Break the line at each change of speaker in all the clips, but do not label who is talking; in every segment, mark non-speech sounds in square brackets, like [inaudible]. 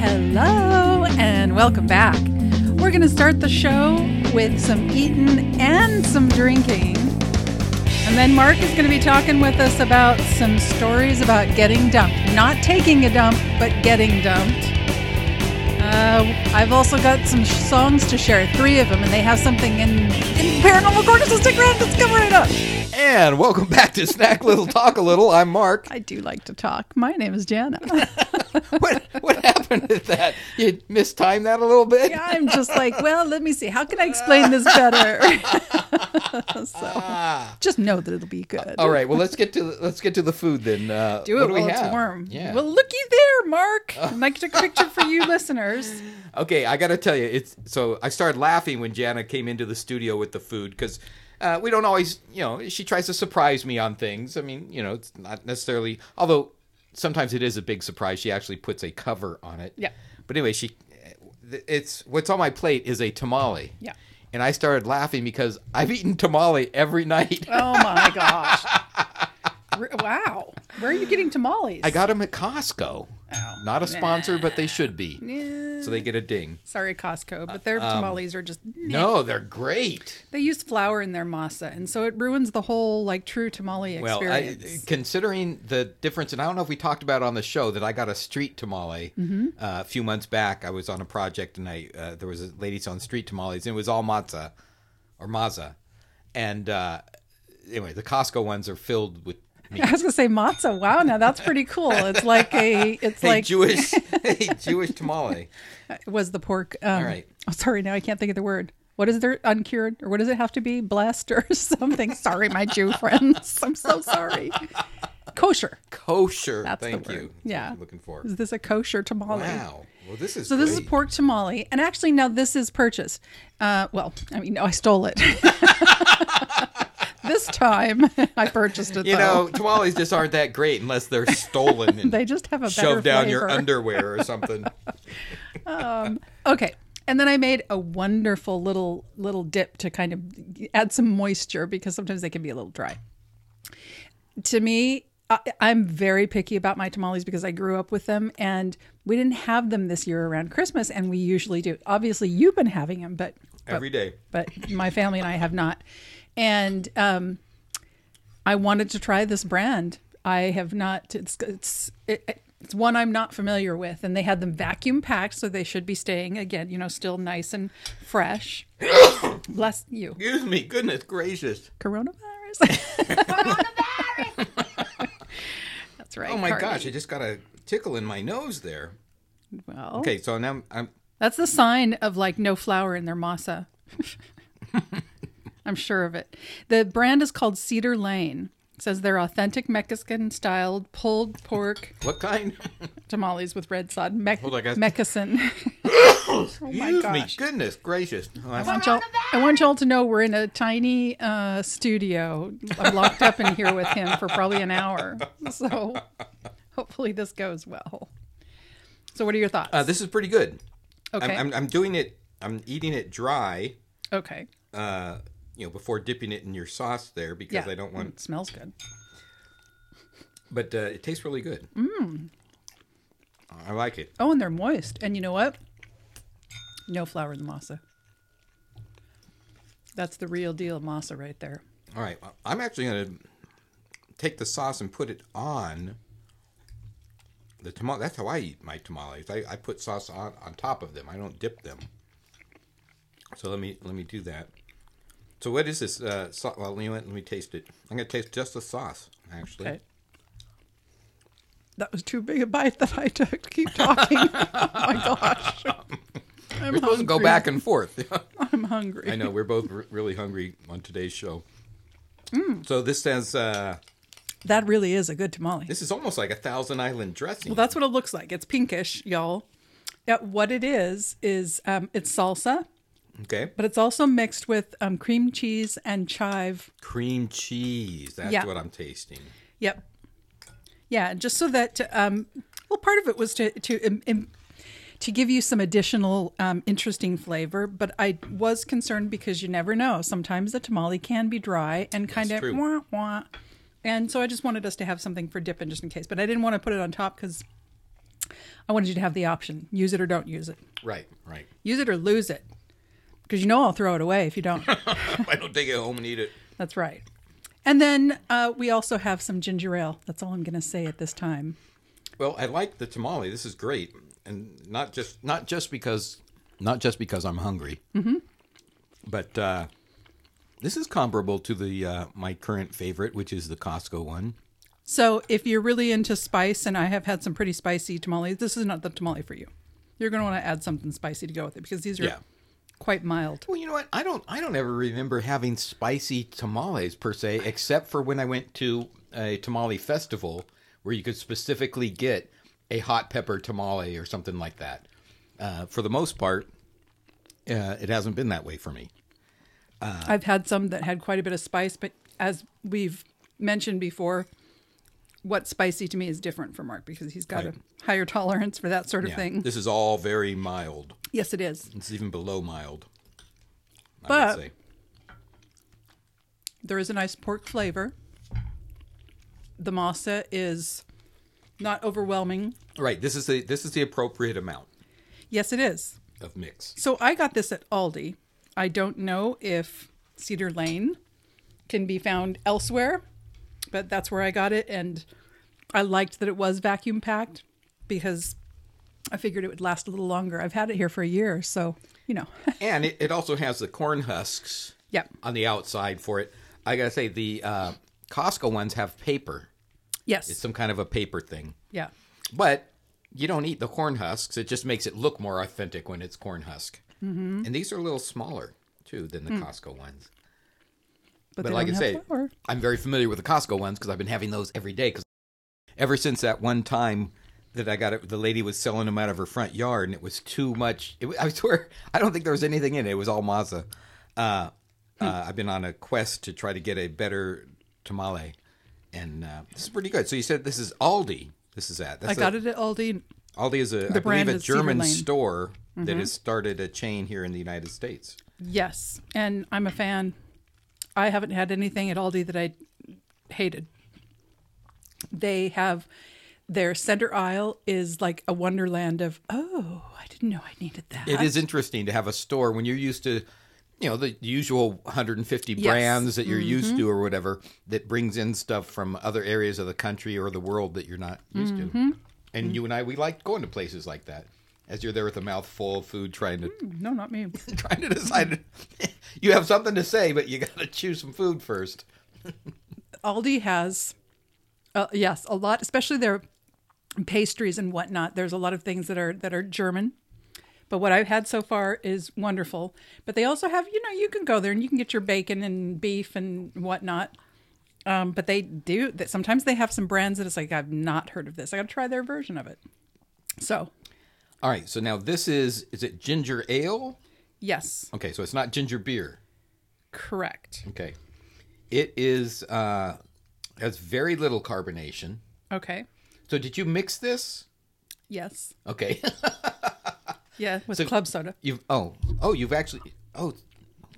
Hello and welcome back. We're going to start the show with some eating and some drinking. And then Mark is going to be talking with us about some stories about getting dumped. Not taking a dump, but getting dumped. Uh, I've also got some sh- songs to share, three of them, and they have something in, in paranormal corner, so stick around, let's come right up.
And welcome back to Snack Little Talk a Little. I'm
[laughs]
Mark.
I do like to talk. My name is Jana.
What what happened to that? You mistimed that a little bit?
I'm just like, well, let me see. How can I explain this better? [laughs] so just know that it'll be good.
Ah. All right. Well, let's get to the, let's get to the food then. Uh,
Do it
what we
while it's
have?
warm.
Yeah. Oh.
Well, looky there, Mark. And I took a picture for
[laughs]
you listeners.
okay. I got to tell you, it's so I started laughing when Jana came into the studio with the food because uh, we don't always, you know, she tries to surprise me on things. I mean, you know, it's not necessarily, although sometimes it is a big surprise. She actually puts a cover on it.
Yeah.
But anyway, she, eh, it's what's on my plate is a tamale.
Yeah.
And I started laughing because I've eaten tamale every night.
[laughs] Oh my
[laughs]
gosh. R- wow. Where are you getting tamales?
I got them at Costco.
Oh.
Not a sponsor, but they should be.
Yeah.
So they get a ding.
Sorry, Costco, but
Uh,
their
um,
tamales are just
No, they're great.
they use flour in their masa, and so it ruins the whole like true tamale
Well, I,
experience.
[laughs] considering the difference, and I don't know if we talked about it on the show that I got a street tamale
Mm-hmm.
uh, a few months back. I was on a project and I uh, there was a lady selling street tamales, and it was all matzah or maza. And uh, anyway, the Costco ones are filled with meat.
I was gonna say matzah. Wow, now that's pretty cool. It's like a, it's
Hey,
like [laughs]
Jewish, hey, Jewish tamale.
was the pork. Um,
right.
Oh, sorry, now I can't think of the word. What is there uncured, or what does it have to be? Blessed or [laughs] something? sorry, my
[laughs]
Jew friends. I'm so sorry. Kosher.
Kosher.
That's the
Thank
word.
you. That's what
Yeah.
I'm looking for.
Is this a kosher tamale?
Wow. Well, this is
So this is
great.
pork tamale, and actually now this is purchased. Uh, well, I mean, no, I stole
[laughs]
it. [laughs] this time [laughs] I purchased it.
You
though.
know, tamales just aren't that great
[laughs]
unless they're stolen and
They just have a better
shoved down your
flavor.
underwear
[laughs]
or something.
Okay. And then I made a wonderful little little dip to kind of add some moisture because sometimes they can be a little dry. To me, I, I'm very picky about my tamales because I grew up with them and we didn't have them this year around Christmas and we usually do. Obviously, you've been having them, but but-
Every day.
But my family and I have not. And um I wanted to try this brand. I have not. It's it's it, it's one I'm not familiar with, and they had them vacuum packed, so they should be staying again. You know, still nice and fresh. [coughs] Bless you,
Excuse me, goodness gracious.
coronavirus. [laughs] coronavirus. That's right.
Oh my
Cardi.
gosh, I just got a tickle in my nose there.
Well,
Okay, so now I'm, I'm
that's the sign of like no flour in their masa. [laughs] I'm sure of it. The brand is called Cedar Lane. It says they're authentic Mexican styled pulled pork
what
[laughs]
kind?
Oh tamales with red sod. Me-
on, guys. [coughs]
Mexican. Oh
Excuse me,
gosh.
goodness gracious. Oh, that's-
I want y'all- I want y'all to know we're in a tiny uh, studio. I'm locked up in here with him for probably an hour. So hopefully this goes well. So what are your thoughts?
uh, this is pretty good.
okay.
I'm, I'm, I'm doing it. I'm eating it dry.
okay.
Uh, you know, before dipping it in your sauce there because I don't want.
It smells good.
But uh, it tastes really good.
Mm.
I like it.
Oh, and they're moist. And you know what? No flour in the masa. That's the real deal masa right there.
All right, I'm actually going to take the sauce and put it on the tamale. That's how I eat my tamales. I, I put sauce on on top of them. I don't dip them. So let me let me do that. So what is this? Uh, so, well, you know what? Let me taste it. I'm going to taste just the sauce. Actually,
Okay. That was too big a bite that I took. [laughs] Keep
[laughs]
talking. oh my gosh. I'm
we're supposed to go
hungry.
back and forth.
I'm hungry.
[laughs] I know we're both r- really hungry on today's show.
Mm.
So this says uh,
That really is a good tamale.
this is almost like a Thousand Island dressing.
Well, that's what it looks like. It's pinkish, y'all. Yeah, what it is is um, it's salsa,
okay,
but it's also mixed with um, cream cheese and chive.
cream cheese. That's
Yeah.
what I'm tasting.
Yep. Yeah, just so that um, well, part of it was to to um, um, to give you some additional um, interesting flavor, but I was concerned because you never know. Sometimes the tamale can be dry and kind of
true.
wah wah. And so I just wanted us to have something for dipping just in case, but I didn't want to put it on top because I wanted you to have the option use it or don't use it,
Right, right.
use it or lose it. Because you know I'll throw it away if you don't.
[laughs] If I don't take it home and eat it.
That's right. And then uh, we also have some ginger ale. That's all I'm going to say at this time.
Well, I like the tamale. This is great, and not just not just because not just because I'm hungry, mm-hmm. but uh, this is comparable to the uh, my current favorite, which is the Costco one.
So if you're really into spice, and I have had some pretty spicy tamales, this is not the tamale for you. You're going to want to add something spicy to go with it because these are
Yeah.
quite mild.
Well, you know what? I don't I don't ever remember having spicy tamales per se, except for when I went to a tamale festival where you could specifically get a hot pepper tamale or something like that. Uh, for the most part, uh, it hasn't been that way for me. Uh-huh.
I've had some that had quite a bit of spice, but as we've mentioned before, what's spicy to me is different for Mark because he's got
Right.
a higher tolerance for that sort of
Yeah.
thing.
This is all very mild.
Yes, it is.
It's even below mild. I
But-
would say.
There is a nice pork flavor. The masa is not overwhelming.
right, this is the this is the appropriate amount
Yes, it is.
of mix.
So I got this at Aldi. I don't know if Cedar Lane can be found elsewhere, but that's where I got it. And I liked that it was vacuum packed because I figured it would last a little longer. I've had it here for a year, so, you know. [laughs]
and it, it also has the corn husks
Yep.
on the outside for it i gotta say the uh, costco ones have paper
yes.
it's some kind of a paper thing
yeah.
but you don't eat the corn husks it just makes it look more authentic when it's corn husk mm-hmm. and these are a little smaller too than the costco ones
But,
but
they
like i
don't
say
have flour.
i'm very familiar with the costco ones because i've been having those every day 'cause ever since that one time that I got it, the lady was selling them out of her front yard, and it was too much. It, wa- I swear, I don't think there was anything in it. It was all masa. Uh,
Hmm.
uh, I've been on a quest to try to get a better tamale, and uh, this is pretty good. So you said this is Aldi. This is at. That's
I got
a-
it at Aldi.
Aldi is a, I believe,
brand
a
is Mm-hmm. Cedar
German
Lane.
store that has started a chain here in the United States.
Yes. And I'm a fan. I haven't had anything at Aldi that I hated. They have their center aisle is like a wonderland of, oh, I didn't know I needed that.
It is interesting to have a store when you're used to you know the usual 150 brands that you're used to or whatever that brings in stuff from other areas of the country or the world that you're not used to and you and i we like going to places like that as you're there with a mouth full of food trying to
No, not me.
[laughs] trying to decide [laughs] you have something to say but you got to choose some food first
Aldi has, uh, yes, a lot, especially their pastries and whatnot. There's a lot of things that are that are German, but what I've had so far is wonderful. But they also have, you know, you can go there and you can get your bacon and beef and whatnot. Um, but they do that. Sometimes they have some brands that it's like I've not heard of this. I got to try their version of it. So
all right so now this is is it ginger ale
yes,
okay so it's not ginger beer
correct.
okay it is uh has very little carbonation
Okay.
So did you mix this?
Yes.
Okay. [laughs]
Yeah. With club soda.
you've oh oh you've actually oh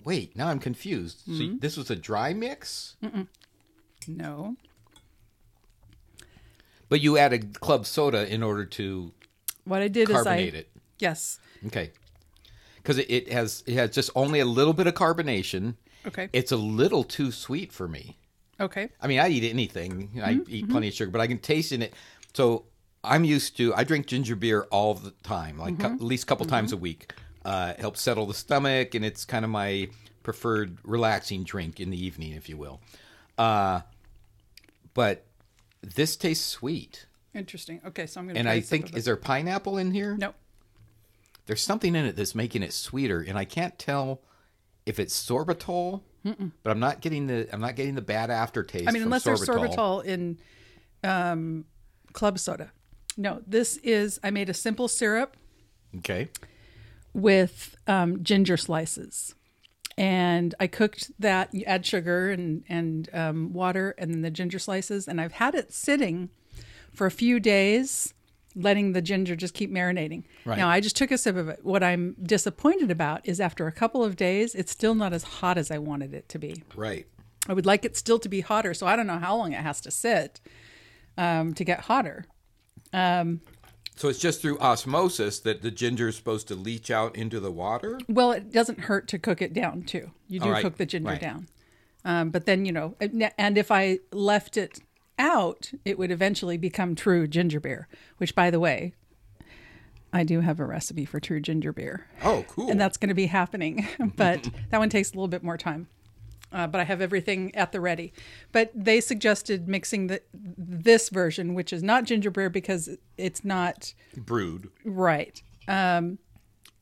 wait now I'm confused. So you- this was a dry mix,
No.
but you added club soda in order to
What I did
carbonate
is I
it.
yes.
Okay. Because it, it has it has just only a little bit of carbonation.
Okay.
It's a little too sweet for me.
Okay.
I mean, I eat anything. I
Mm-hmm,
eat plenty of sugar, but I can taste in it. So I'm used to. I drink ginger beer all the time, like
Mm-hmm,
cou- at least a couple times a week. Uh, it helps settle the stomach, and it's kind of my preferred relaxing drink in the evening, if you will. Uh, but this tastes sweet,
Interesting. Okay, so I'm gonna.
and
try
I
a sip
think
of it.
is there pineapple in here?
no.
There's something in it that's making it sweeter, and I can't tell if it's sorbitol. But I'm not getting the I'm not getting the bad aftertaste.
I mean,
from
unless there's sorbitol in um, club soda. No, this is. I made a simple syrup
Okay.
with um, ginger slices, and I cooked that. You add sugar and and um, water, and then the ginger slices, and I've had it sitting for a few days. Letting the ginger just keep marinating.
Right.
Now, I just took a sip of it. What I'm disappointed about is after a couple of days, it's still not as hot as I wanted it to be.
Right.
I would like it still to be hotter, so I don't know how long it has to sit um, to get hotter.
So it's just through osmosis that the ginger is supposed to leach out into the water.
Well, it doesn't hurt to cook it down too. You do
All right,
cook the ginger
right.
down, um, but then you know, and and if I left it out, it would eventually become true ginger beer. Which, by the way, I do have a recipe for true ginger beer. [laughs]
Oh, cool.
and that's going to be happening. [laughs] but that one takes a little bit more time. Uh, but I have everything at the ready. But they suggested mixing the this version, which is not ginger beer because it's not
brewed.
right, um,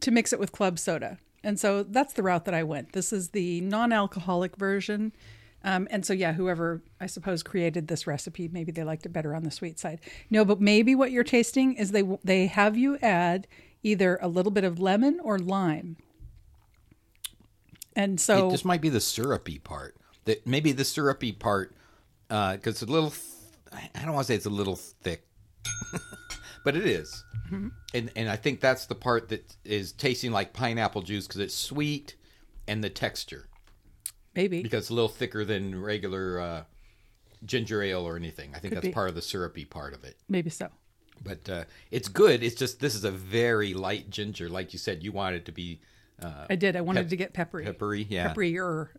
to mix it with club soda. And so that's the route that I went. This is the non-alcoholic version. Um, and so yeah, whoever I suppose created this recipe, maybe they liked it better on the sweet side. No, but maybe what you're tasting is they they have you add either a little bit of lemon or lime. And so
This might be the syrupy part. That maybe the syrupy part, because it's a little. Th- I don't want to say it's a little thick, [laughs] but it is.
Mm-hmm.
and and I think that's the part that is tasting like pineapple juice because it's sweet and the texture
maybe
because it's a little thicker than regular uh, ginger ale or anything. I think that's
be.
part of the syrupy part of it.
maybe so.
But uh, it's good. It's just this is a very light ginger, like you said. You want it to be uh,
I did. I wanted to get peppery.
peppery, yeah.
Peppery-er.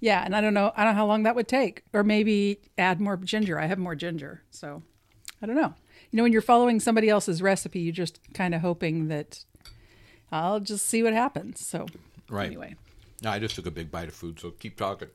Yeah, and I don't know. I don't know how long that would take, or maybe add more ginger. I have more ginger, so I don't know. You know, when you're following somebody else's recipe, you're just kind of hoping that I'll just see what happens. So
Right.
anyway.
No, I just took a big bite of food, so keep talking.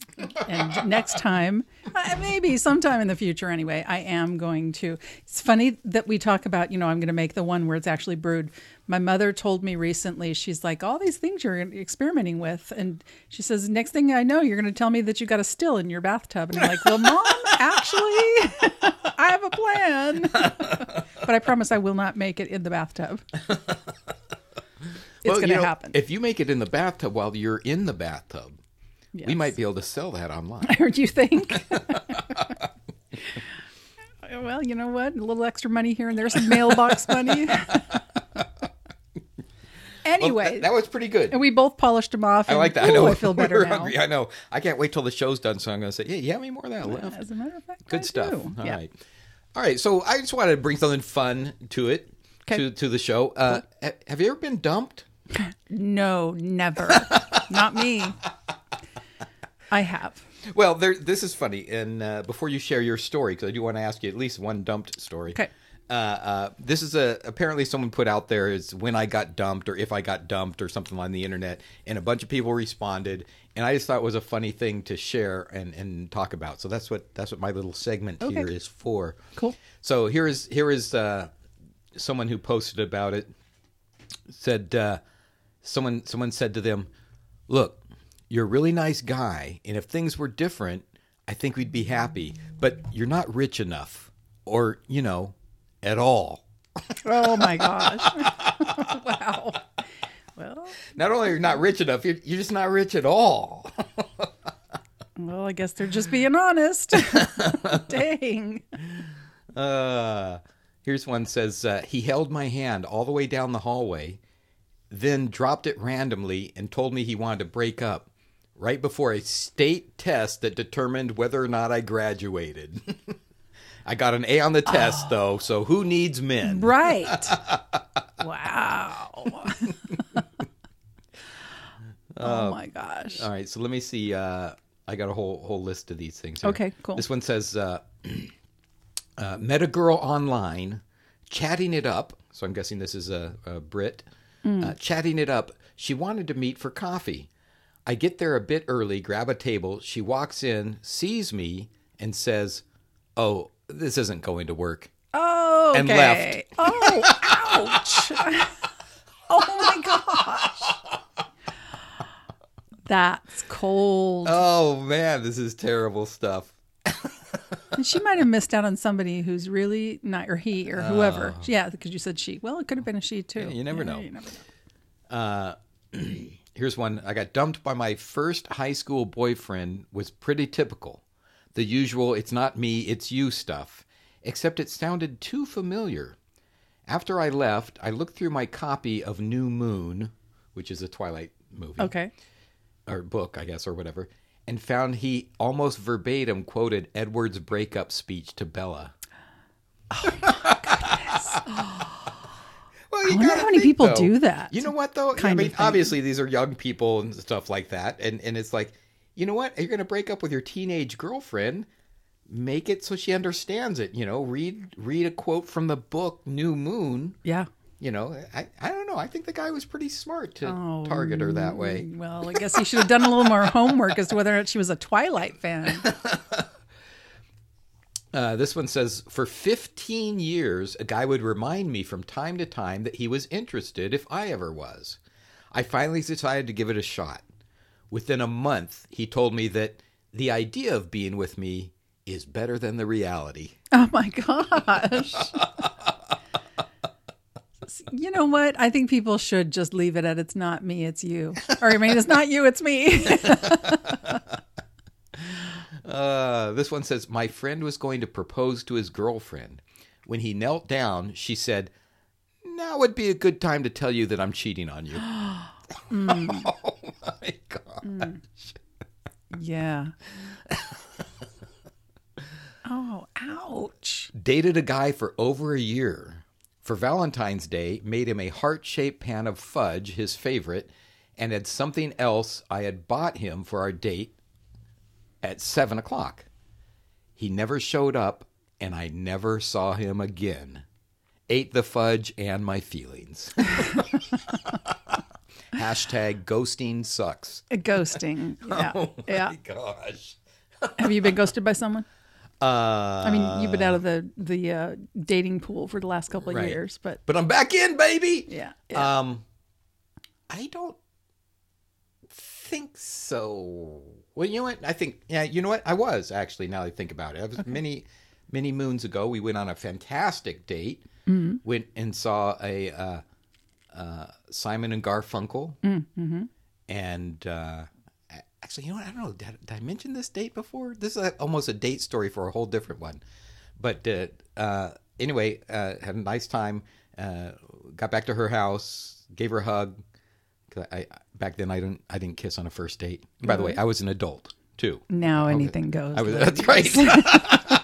and next time, uh, maybe sometime in the future anyway, I am going to. It's funny that we talk about, you know, I'm going to make the one where it's actually brewed. My mother told me recently, she's like, all these things you're experimenting with. And she says, next thing I know, you're going to tell me that you got a still in your bathtub. And I'm like, well, mom, actually, [laughs] I have a plan. but I promise I will not make it in the bathtub. It's
Well,
going
you
to
know,
happen.
If you make it in the bathtub while you're in the bathtub, we
Yes.
might be able to sell that online.
do you
[laughs]
think? well, you know what? A little extra money here and there, some mailbox
[laughs]
money.
Well,
[laughs] anyway,
that, that was pretty good.
and we both polished them off.
I
and,
like that. I
ooh,
know.
I
[laughs]
feel better
we're
now.
hungry. I know. I can't wait till the show's done, so I'm going to say, "Yeah, you have any more of that left?"
As a matter of fact,
Good
I
stuff. All
do.
right,
yeah.
All right. So I just wanted to bring something fun to it,
'Kay.
to to the show. Uh, ha- Have you ever been dumped?
No,
[laughs]
never. Not me. I have.
Well, there, this is funny. And uh, before you share your story, because I do want to ask you at least one dumped story.
Okay.
Uh, uh, this is a apparently someone put out there is when I got dumped or if I got dumped or something on the internet, and a bunch of people responded, and I just thought it was a funny thing to share and, and talk about. So that's what that's what my little segment here is for.
Cool.
So here is here is uh, someone who posted about it said uh, someone someone said to them, "Look, you're a really nice guy, and if things were different, I think we'd be happy. But you're not rich enough, or you know, at all.
Oh my gosh. [laughs] wow. Well,
Not only are you not rich enough, you're, you're just not rich at all.
well, I guess they're just being
[laughs]
honest. [laughs] Dang.
Uh, here's one says uh, he held my hand all the way down the hallway, then dropped it randomly and told me he wanted to break up." Right before a state test that determined whether or not I graduated. [laughs] I got an A on the test, though, so who needs
[laughs]
men?
Right.
[laughs]
wow.
Um,
oh my gosh.
All right, so let me see. Uh, I got a whole whole list of these things. here.
Okay, cool.
This one says, uh, [clears throat] uh, "Met a girl online, chatting it up." So I'm guessing this is a, a Brit.
Hmm.
Uh, chatting it up. She wanted to meet for coffee. I get there a bit early, grab a table. She walks in, sees me, and says, "Oh, this isn't going to work."
Oh, okay.
And left.
Oh, ouch.
[laughs]
oh my gosh. That's cold.
Oh man, this is terrible stuff.
and she might have missed out on somebody who's really not, or he, or whoever. yeah, because you said she. Well, it could have been a she too.
Oh. you never know.
You never know.
Here's one. I got dumped by my first high school boyfriend was pretty typical. The usual it's not me, it's you stuff, except it sounded too familiar. After I left, I looked through my copy of New Moon, which is a Twilight movie
Okay.
or book, I guess, or whatever, and found he almost verbatim quoted Edward's breakup speech to Bella.
Oh
[laughs]
Well,
I wonder how many people do that.
You know what though? I
kind
mean,
of thing.
obviously these are young people and stuff like that, and and it's like, you know what? You're going to break up with your teenage girlfriend. Make it so she understands it. You know, read read a quote from the book New Moon.
Yeah.
You know, I I don't know. I think the guy was pretty smart to
Oh,
target her that way.
Well, I guess he should have done a little more homework as to whether or not she was a Twilight fan.
Uh, this one says, for 15 years, a guy would remind me from time to time that he was interested if I ever was. I finally decided to give it a shot. Within a month, he told me that the idea of being with me is better than the reality.
[laughs] Oh my gosh. You know what? I think people should just leave it at it's not me, it's you. Or I mean, it's not you, it's me. [laughs]
Uh, this one says, My friend was going to propose to his girlfriend. When he knelt down, she said, Now would be a good time to tell you that I'm cheating on you. oh my God.
yeah. Oh, ouch.
dated a guy for over a year. For Valentine's Day, made him a heart shaped pan of fudge, his favorite, and had something else I had bought him for our date at seven o'clock. He never showed up, and I never saw him again. Ate the fudge and
[laughs]
my feelings. Hashtag ghosting sucks.
Uh, Ghosting.
[laughs] Oh,
Yeah. yeah.
Gosh.
Have you been ghosted by someone? Uh, I mean, you've been out of the the uh, dating pool for the last couple of
Right.
years, but
But I'm back in, baby.
yeah, yeah.
Um, I don't think so. Well, you know what? I think yeah. You know what? I was actually. Now that I think about it, I was many, many moons ago. We went on a fantastic date. Went and saw a uh, uh, Simon and Garfunkel, and uh, a- actually, you know what? I don't know. Did, did I mention this date before? This is a, almost a date story for a whole different one. But uh, uh, anyway, uh, had a nice time. Uh, got back to her house, gave her a hug. 'Cause I, I back then I didn't I didn't kiss on a first date. By the way, I was an adult too.
now anything goes.
I was [laughs]
ladies.
that's right.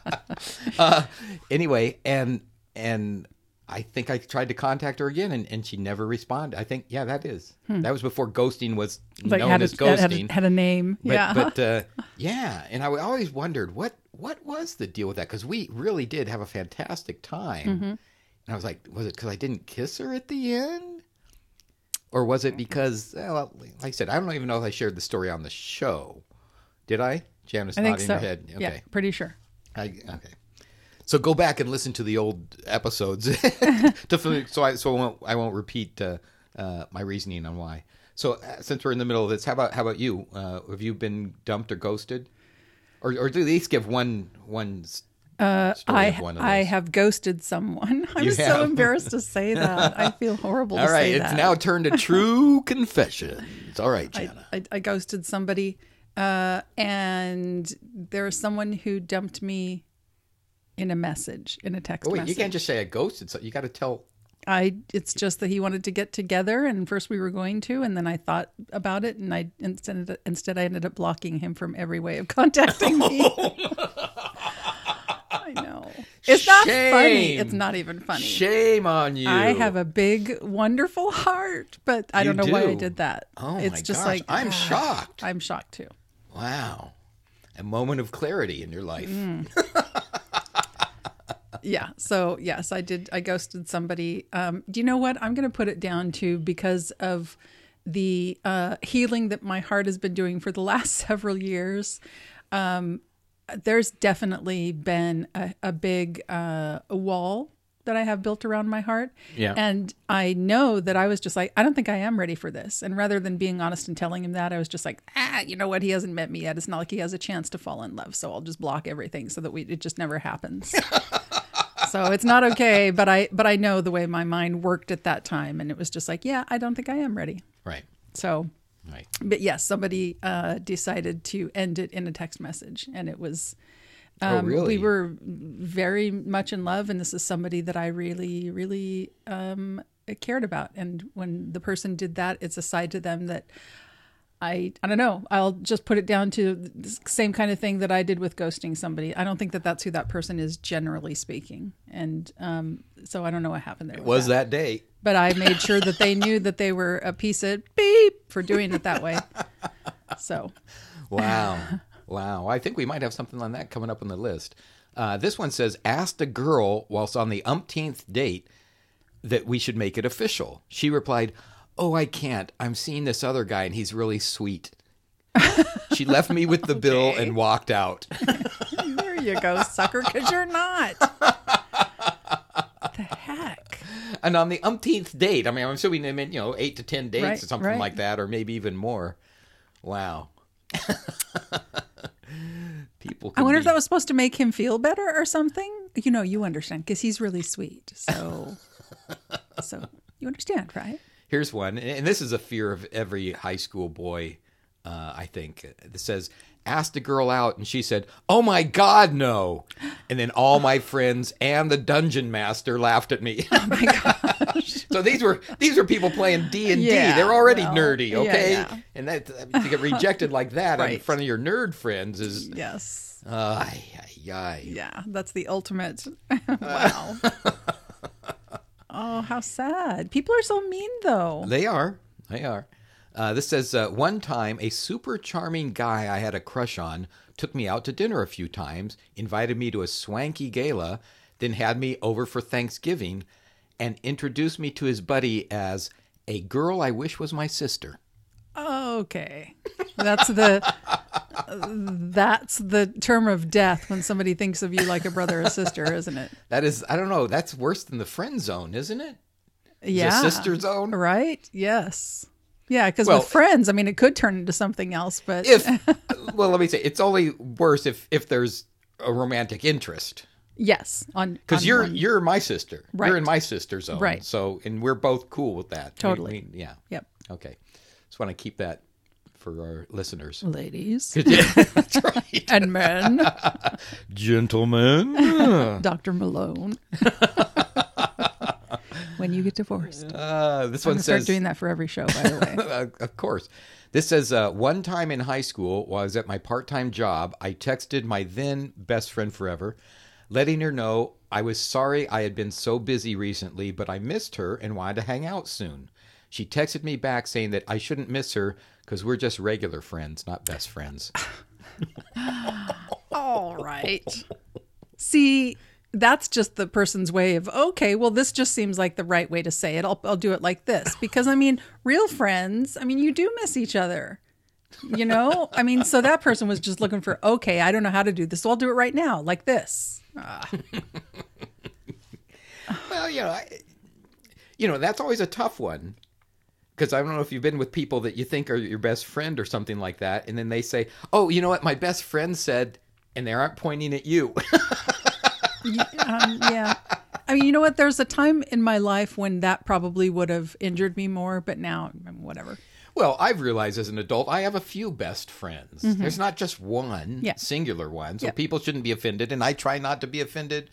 [laughs] uh, anyway, and and I think I tried to contact her again, and, and she never responded. I think yeah, that is that was before ghosting was
Like
known
had a,
as
had,
ghosting.
had a, had a name.
But,
yeah. [laughs]
but uh, yeah, and I always wondered what what was the deal with that because we really did have a fantastic time,
Mm-hmm.
and I was like, was it because I didn't kiss her at the end, or was it because well, like I said, I don't even know if I shared the story on the show. Did I? Janice
I
nodding
think so.
her head. Okay.
Yeah, pretty sure.
I, okay. So go back and listen to the old episodes [laughs] to feel- so I so I won't I won't repeat uh, uh, my reasoning on why. So uh, since we're in the middle of this, how about how about you? Uh, have you been dumped or ghosted, or or at least give one one s- story
Uh, I
of one of
I
those?
have ghosted someone. [laughs] I'm
You
so
have. [laughs]
embarrassed to say that. I feel horrible.
All
to
right,
say
it's
that.
now turned
[laughs]
to true confessions. All right, Jana.
I, I ghosted somebody, uh, and there was someone who dumped me in a message in a text
oh wait,
message.
you can't just say I ghosted. So you got to tell.
I it's just that he wanted to get together, and first we were going to, and then I thought about it, and I instead instead I ended up blocking him from every way of [laughs] contacting
[laughs]
me. I know it's not funny.
Shame.
It's not even funny.
Shame on you.
I have a big, wonderful heart, but I
You
don't know why I
do.
did that.
Oh
it's
my
just
gosh!
like uh, [sighs]
I'm shocked.
I'm shocked too.
Wow. A moment of clarity in your life.
Mm. Yeah. So yes, I did. I ghosted somebody. Um, do you know what? I'm going to put it down to because of the uh, healing that my heart has been doing for the [laughs] last several years. Um, there's definitely been a, a big uh, wall that I have built around my heart.
Yeah.
And I know that I was just like, I don't think I am ready for this. And rather than being honest and telling him that, I was just like, ah, you know what? He hasn't met me yet. It's not like he has a chance to fall in love. So I'll just block everything so that we it just never happens. so it's not okay but i but i know the way my mind worked at that time and it was just like yeah i don't think i am ready
Right.
so
Right.
but yes somebody uh decided to end it in a text message and it was
oh, really?
Um, we were very much in love and this is somebody that i really really um cared about and when the person did that it's a side to them that I I don't know. I'll just put it down to the same kind of thing that I did with ghosting somebody. I don't think that that's who that person is generally speaking, and um, so I don't know what happened there.
It
with
was
[laughs]
that day.
but I made sure that they knew that they were a piece of beep for doing it
[laughs]
that way. So
Wow. wow. I think we might have something on that coming up on the list. Uh, this one says asked a girl whilst on the umpteenth date that we should make it official. She replied, Oh, I can't. I'm seeing this other guy and he's
[laughs]
really sweet. she left me with the bill and walked out.
there you go, sucker, because you're not. the heck?
And on the umpteenth date, I mean, I'm assuming they meant, you know, eight to 10 dates
Right,
or something
right.
like that, or maybe even more. Wow. [laughs] People.
I
can
wonder if
be-
that was supposed to make him feel better or something. You know, you understand because he's really sweet. So, so you understand, right?
Here's one, and and this is a fear of every high school boy, uh, I think. That says, asked a girl out, and she said, "Oh my God, no!" And then all my friends and the dungeon master laughed at me. [laughs]
Oh my god!
so these were these were people playing D and D.
Yeah,
They're already
well,
nerdy,
yeah,
okay?
yeah.
And that to get rejected like that in
Right.
front of your nerd friends is,
yes.
uh, ay, ay, ay.
Yeah, that's the ultimate. [laughs] wow. oh, how sad! People are so mean, though.
They are. They are. Uh, this says uh, one time a super charming guy I had a crush on took me out to dinner a few times, invited me to a swanky gala, then had me over for Thanksgiving, and introduced me to his buddy as a girl I wish was my sister.
Okay. That's the that's the term of death when somebody thinks of you like a brother or sister, isn't it?
That is, I don't know. That's worse than the friend zone, isn't it? The
Yeah.
sister
[laughs]
zone.
Right? Yes. Yeah, because
Well-
with friends, I mean, it could turn into something else, but
If well, let me say, it's only worse if if there's a romantic interest.
yes, on
Because
on
you're
one-
you're my sister.
Right.
You're in my sister's zone.
Right.
So and we're both cool with that. We-
Totally.
we- yeah.
yep,
Okay. Just want to keep that for our
[laughs]
listeners. [laughs]
ladies
That's right.
and
[laughs]
men,
Gentlemen.
Doctor
[laughs]
Malone. when you get divorced, I'm
Uh, this one
gonna start
says
doing that for every show. By
[laughs]
the way,
Uh, of course. This says uh, one time in high school, while I was at my part time job, I texted my then best friend forever, letting her know I was sorry I had been so busy recently, but I missed her and wanted to hang out soon. She texted me back saying that I shouldn't miss her because we're just regular friends, not best friends.
All right. [laughs] See, that's just the person's way of, okay, well, this just seems like the right way to say it. I'll, I'll do it like this. Because, I mean, real friends, I mean, you do miss each other. You know? I mean, so that person was just looking for, okay, I don't know how to do this. So I'll do it right now, like this.
Well, you know, I, you know that's always a tough one because I don't know if you've been with people that you think are your best friend or something like that, and then they say, "Oh, you know what? My best friend said," and they aren't pointing at you. [laughs]
Um, yeah. I mean, you know what? There's a time in my life when that probably would have injured me more, but now, mm, whatever.
well, I've realized as an adult, I have a few best friends. There's not just one
Mm-hmm. Yeah.
singular one, so
Yeah.
people shouldn't be offended, and I try not to be offended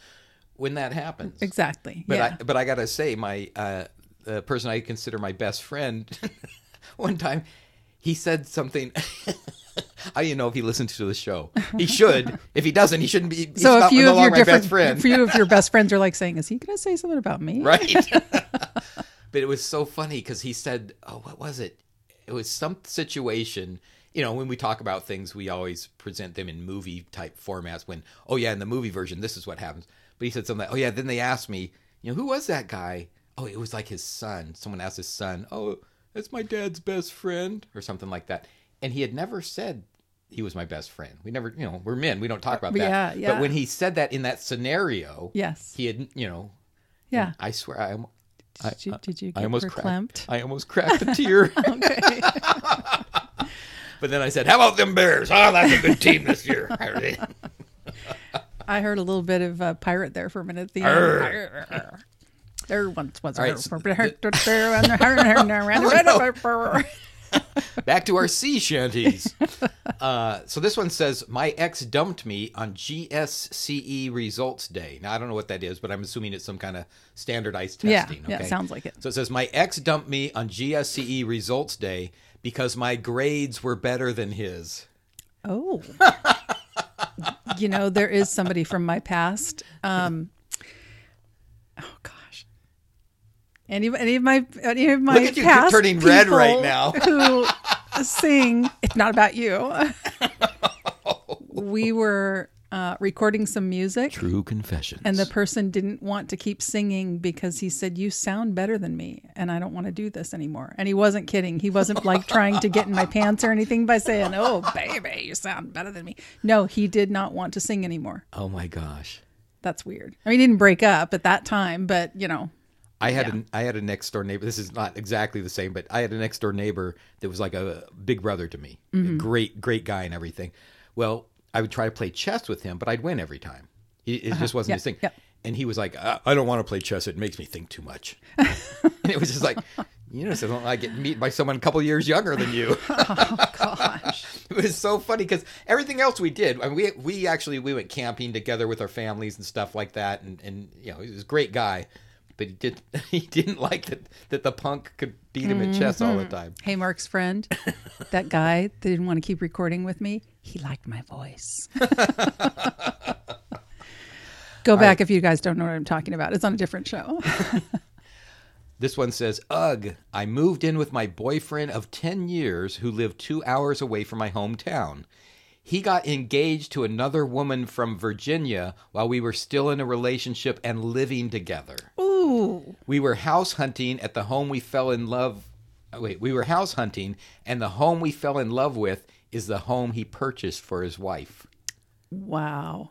when that happens.
Exactly.
But
yeah.
I, but I gotta say, my uh, the person I consider my best friend, [laughs] one time, he said something. [laughs] I don't even know if he listens to the show. He should. if he doesn't, he shouldn't be. He's
so a
not
few
no
of your
longer my
different,
best friend,
few of your best friends are like saying, "Is he going to say something about me?"
right?
[laughs]
but it was so funny because he said, "Oh, what was it? It was some situation." You know, when we talk about things, we always present them in movie type formats. When, oh yeah, in the movie version, this is what happens. But he said something like, "Oh yeah." Then they asked me, you know, who was that guy? Oh, it was like his son. Someone asked his son, "Oh, that's my dad's best friend," or something like that. And he had never said he was my best friend. We never, you know, we're men. We don't talk about that.
Yeah, Uh, yeah.
But when he said that in that scenario,
Yes.
he had, you know,
Yeah.
I swear, I, am- I,
Did you, did you get
I almost
reclamped?
cracked. I almost cracked a tear.
[laughs] Okay.
[laughs] but then I said, "How about them Bears? Oh, that's a good team this
[laughs]
year." [laughs]
I heard a little bit of uh, pirate there for a minute. at The uh,
Arr.
end. there once was a [laughs]
[laughs] right, so
there was a-
Back to our sea shanties. Uh, so this one says, "My ex dumped me on GSCE E results day." Now I don't know what that is, but I'm assuming it's some kind of standardized
Yeah,
testing.
yeah,
okay?
sounds like it.
So it says, "My ex dumped me on GSCE E results day because my grades were better than his."
Oh. you know, there is somebody from my past. Um, oh gosh. Any any of my any of my
Look at you, you're
past
turning red right
people
now.
who sing. It's not about
[laughs]
you. we were uh, recording some music,
True confessions.
and the person didn't want to keep singing because he said, "You sound better than me, and I don't want to do this anymore." And he wasn't kidding. He wasn't like trying to get in my pants or anything by saying, "Oh, baby, you sound better than me." No, he did not want to sing anymore.
oh my gosh.
That's weird. I mean, he didn't break up at that time, but you know,
I had an I had a next door neighbor. This is not exactly the same, but I had a next door neighbor that was like a big brother to me.
Mm-hmm.
A great, great guy and everything. Well, I would try to play chess with him, but I'd win every time. He, it just wasn't
Uh-huh. Yeah,
his thing.
yeah.
And he was like, I, I don't want to play chess. It makes me think
[laughs]
too much. and it was just like, you know, so I get beat by someone a couple years younger than you.
gosh,
it was so funny because everything else we did, I mean, we we actually we went camping together with our families and stuff like that, and and you know he was a great guy, but he did [laughs] he didn't like that that the punk could beat him in chess all the time.
hey, Mark's friend, that guy that didn't want to keep recording with me, he liked my voice. Go back if you guys don't know what I'm talking about. It's on a different show.
This one says, "Ugh, I moved in with my boyfriend of ten years who lived two hours away from my hometown." He got engaged to another woman from Virginia while we were still in a relationship and living together.
Ooh.
We were house hunting at the home we fell in love. oh, Wait, we were house hunting, and the home we fell in love with is the home he purchased for his wife.
Wow.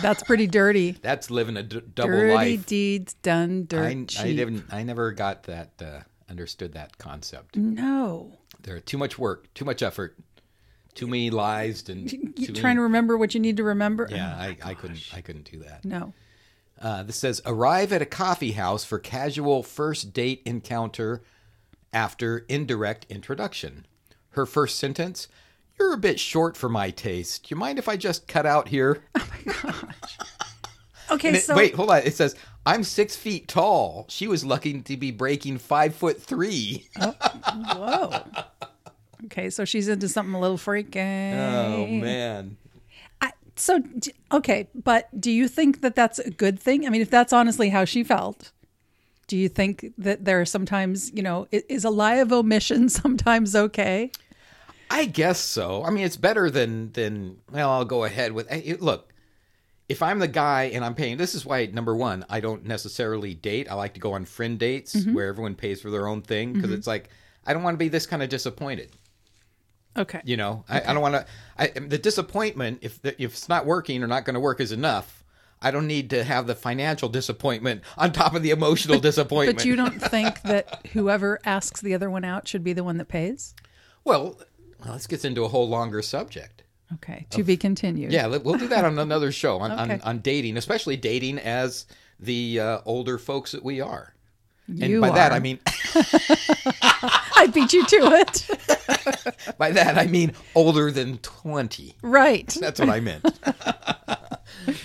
That's pretty dirty.
That's living a d- [laughs] double
dirty
life.
deeds done dirt
I, I
cheap.
didn't. I never got that. Uh, understood that concept.
no.
There too much work, too much effort, too many lies, and
[laughs] You
too
trying to
many-
remember what you need to remember?
Yeah, I, I couldn't. I couldn't do that.
No.
Uh, this says arrive at a coffee house for casual first date encounter after indirect introduction. Her first sentence You're a bit short for my taste. Do you mind if I just cut out here?
Okay,
And it-
so
wait, hold on. It says, I'm six feet tall. She was lucky to be breaking five foot three.
whoa. Okay, so she's into something a little freaky.
Oh, man.
I, so d- okay, but do you think that that's a good thing? I mean, if that's honestly how she felt, do you think that there are sometimes, you know, i- is a lie of omission [laughs] sometimes okay?
I guess so. I mean, it's better than than. Well, I'll go ahead with. eh, it- Look, if I'm the guy and I'm paying, this is why number one, I don't necessarily date. I like to go on friend dates
Mm-hmm.
where everyone pays for their own thing because it's like I don't want to be this kind of disappointed.
Okay.
You know, I, I don't want to. I the disappointment if the, if it's not working or not going to work is enough. I don't need to have the financial disappointment on top of the emotional
[laughs]
disappointment.
But you don't think that whoever asks the other one out should be the one that pays?
well, well, this gets into a whole longer subject.
Okay. To be continued.
Yeah, let- we'll do that on another show on, on,
Okay.
on dating, especially dating as the uh, older folks that we are. And
You
by that
are.
I mean
I beat you to
[laughs]
it.
by that I mean older than 20.
right.
That's what
[laughs]
I meant.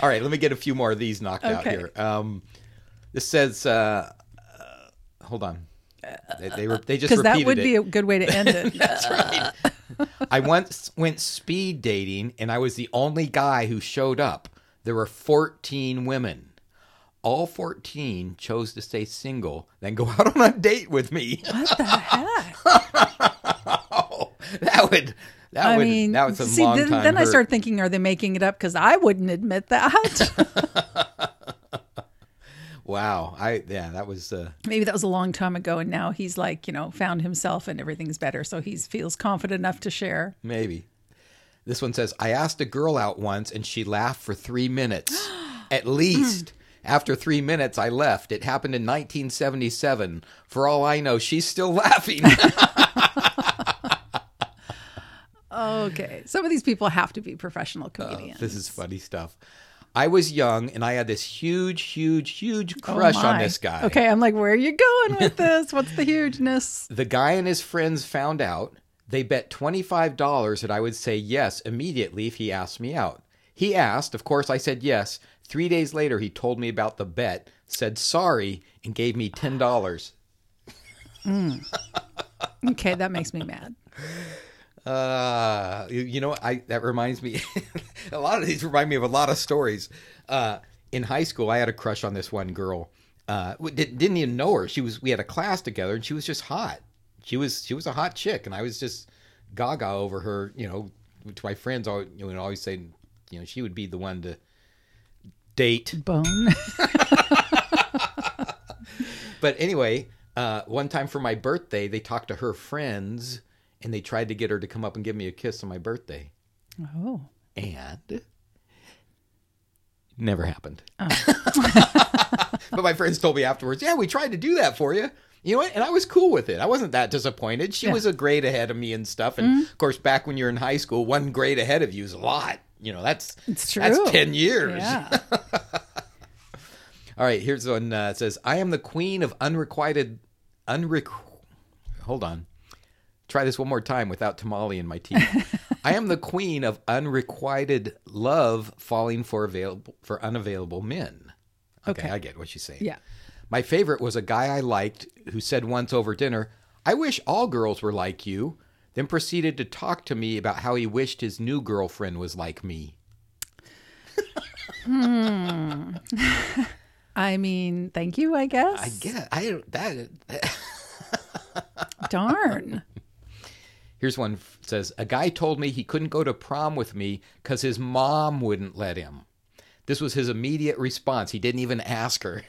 All right, let me get a few more of these knocked out
Okay.
here. Um, this says uh, uh, hold on. They, they were they just
Because
repeated
that would
it.
be a good way to end
[laughs]
it.
I once went speed dating and I was the only guy who showed up. There were 14 women. All 14 chose to stay single, then go [laughs] out on a date with me. [laughs] Oh,
what the heck?
that would that
I
would
mean,
that was some
see,
long
then,
time
then I
hurt.
start thinking, are they making it up? Because I wouldn't admit that. [laughs]
Wow. I yeah, that was uh
Maybe that was a long time ago, and now he's like, you know, found himself and everything's better. So he feels confident enough to share.
Maybe. This one says, I asked a girl out once and she laughed for three minutes.
[gasps]
At least. After three minutes, I left. It happened in 1977. For all I know, she's still [laughs] laughing.
Okay. Some of these people have to be professional comedians.
this is funny stuff. I was young and I had this huge, huge, huge crush on
Oh My.
this guy. [laughs]
Okay. I'm like, where are you going with this? What's the hugeness?
The guy and his friends found out. They bet $25 that I would say yes immediately if he asked me out. He asked, of course, I said yes. Three days later, he told me about the bet, said sorry, and gave me $10.
Okay, that makes me mad.
Uh, you, you know, what? I that reminds me. [laughs] a lot of these remind me of a lot of stories. Uh, in high school, I had a crush on this one girl. Uh, we did, didn't even know her. She was we had a class together, and she was just hot. She was she was a hot chick, and I was just gaga over her. You know, to my friends, I would, you know, always say, you know, she would be the one to date.
Bone.
But anyway, uh, one time for my birthday, they talked to her friends, and they tried to get her to come up and give me a kiss on my birthday.
oh.
and never happened.
Oh.
[laughs] but my friends told me afterwards, yeah, we tried to do that for you. You know what? And I was cool with it. I wasn't that disappointed. She
Yeah. Mm-hmm.
was a grade ahead of me and stuff. And of course, back when you're in high school, one grade ahead of you is a lot. You know, that's
It's true.
that's 10 years.
Yeah.
All right, here's one uh, it says, "I am the queen of unrequited unrequ Hold on. Try this one more time without tamale in my teeth. I am the queen of unrequited love falling for available for unavailable men." Okay,
Okay.
I get what she's saying.
Yeah.
My favorite was a guy I liked who said once over dinner, "I wish all girls were like you." Then proceeded to talk to me about how he wished his new girlfriend was like me.
I mean, thank you, I guess.
I get I that
Darn.
Here's one f- says a guy told me he couldn't go to prom with me cuz his mom wouldn't let him. This was his immediate response. He didn't even ask her.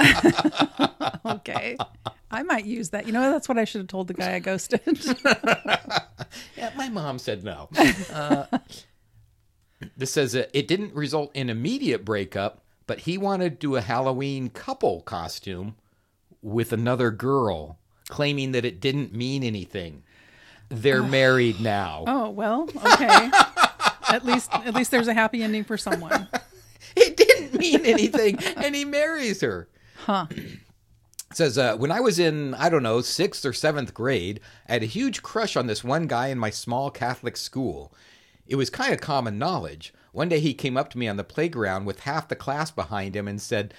[laughs]
Okay. I might use that. You know, that's what I should have told the guy I ghosted. [laughs]
yeah, my mom said no. Uh, this says uh, it didn't result in immediate breakup, but he wanted to do a Halloween couple costume with another girl, claiming that it didn't mean anything. They're married now.
oh, well, okay. At least at least there's a happy ending for someone.
[laughs] It didn't mean anything, and he marries her. Huh. Says, uh, when I was in, I don't know, sixth or seventh grade, I had a huge crush on this one guy in my small Catholic school. It was kind of common knowledge. One day he came up to me on the playground with half the class behind him and said,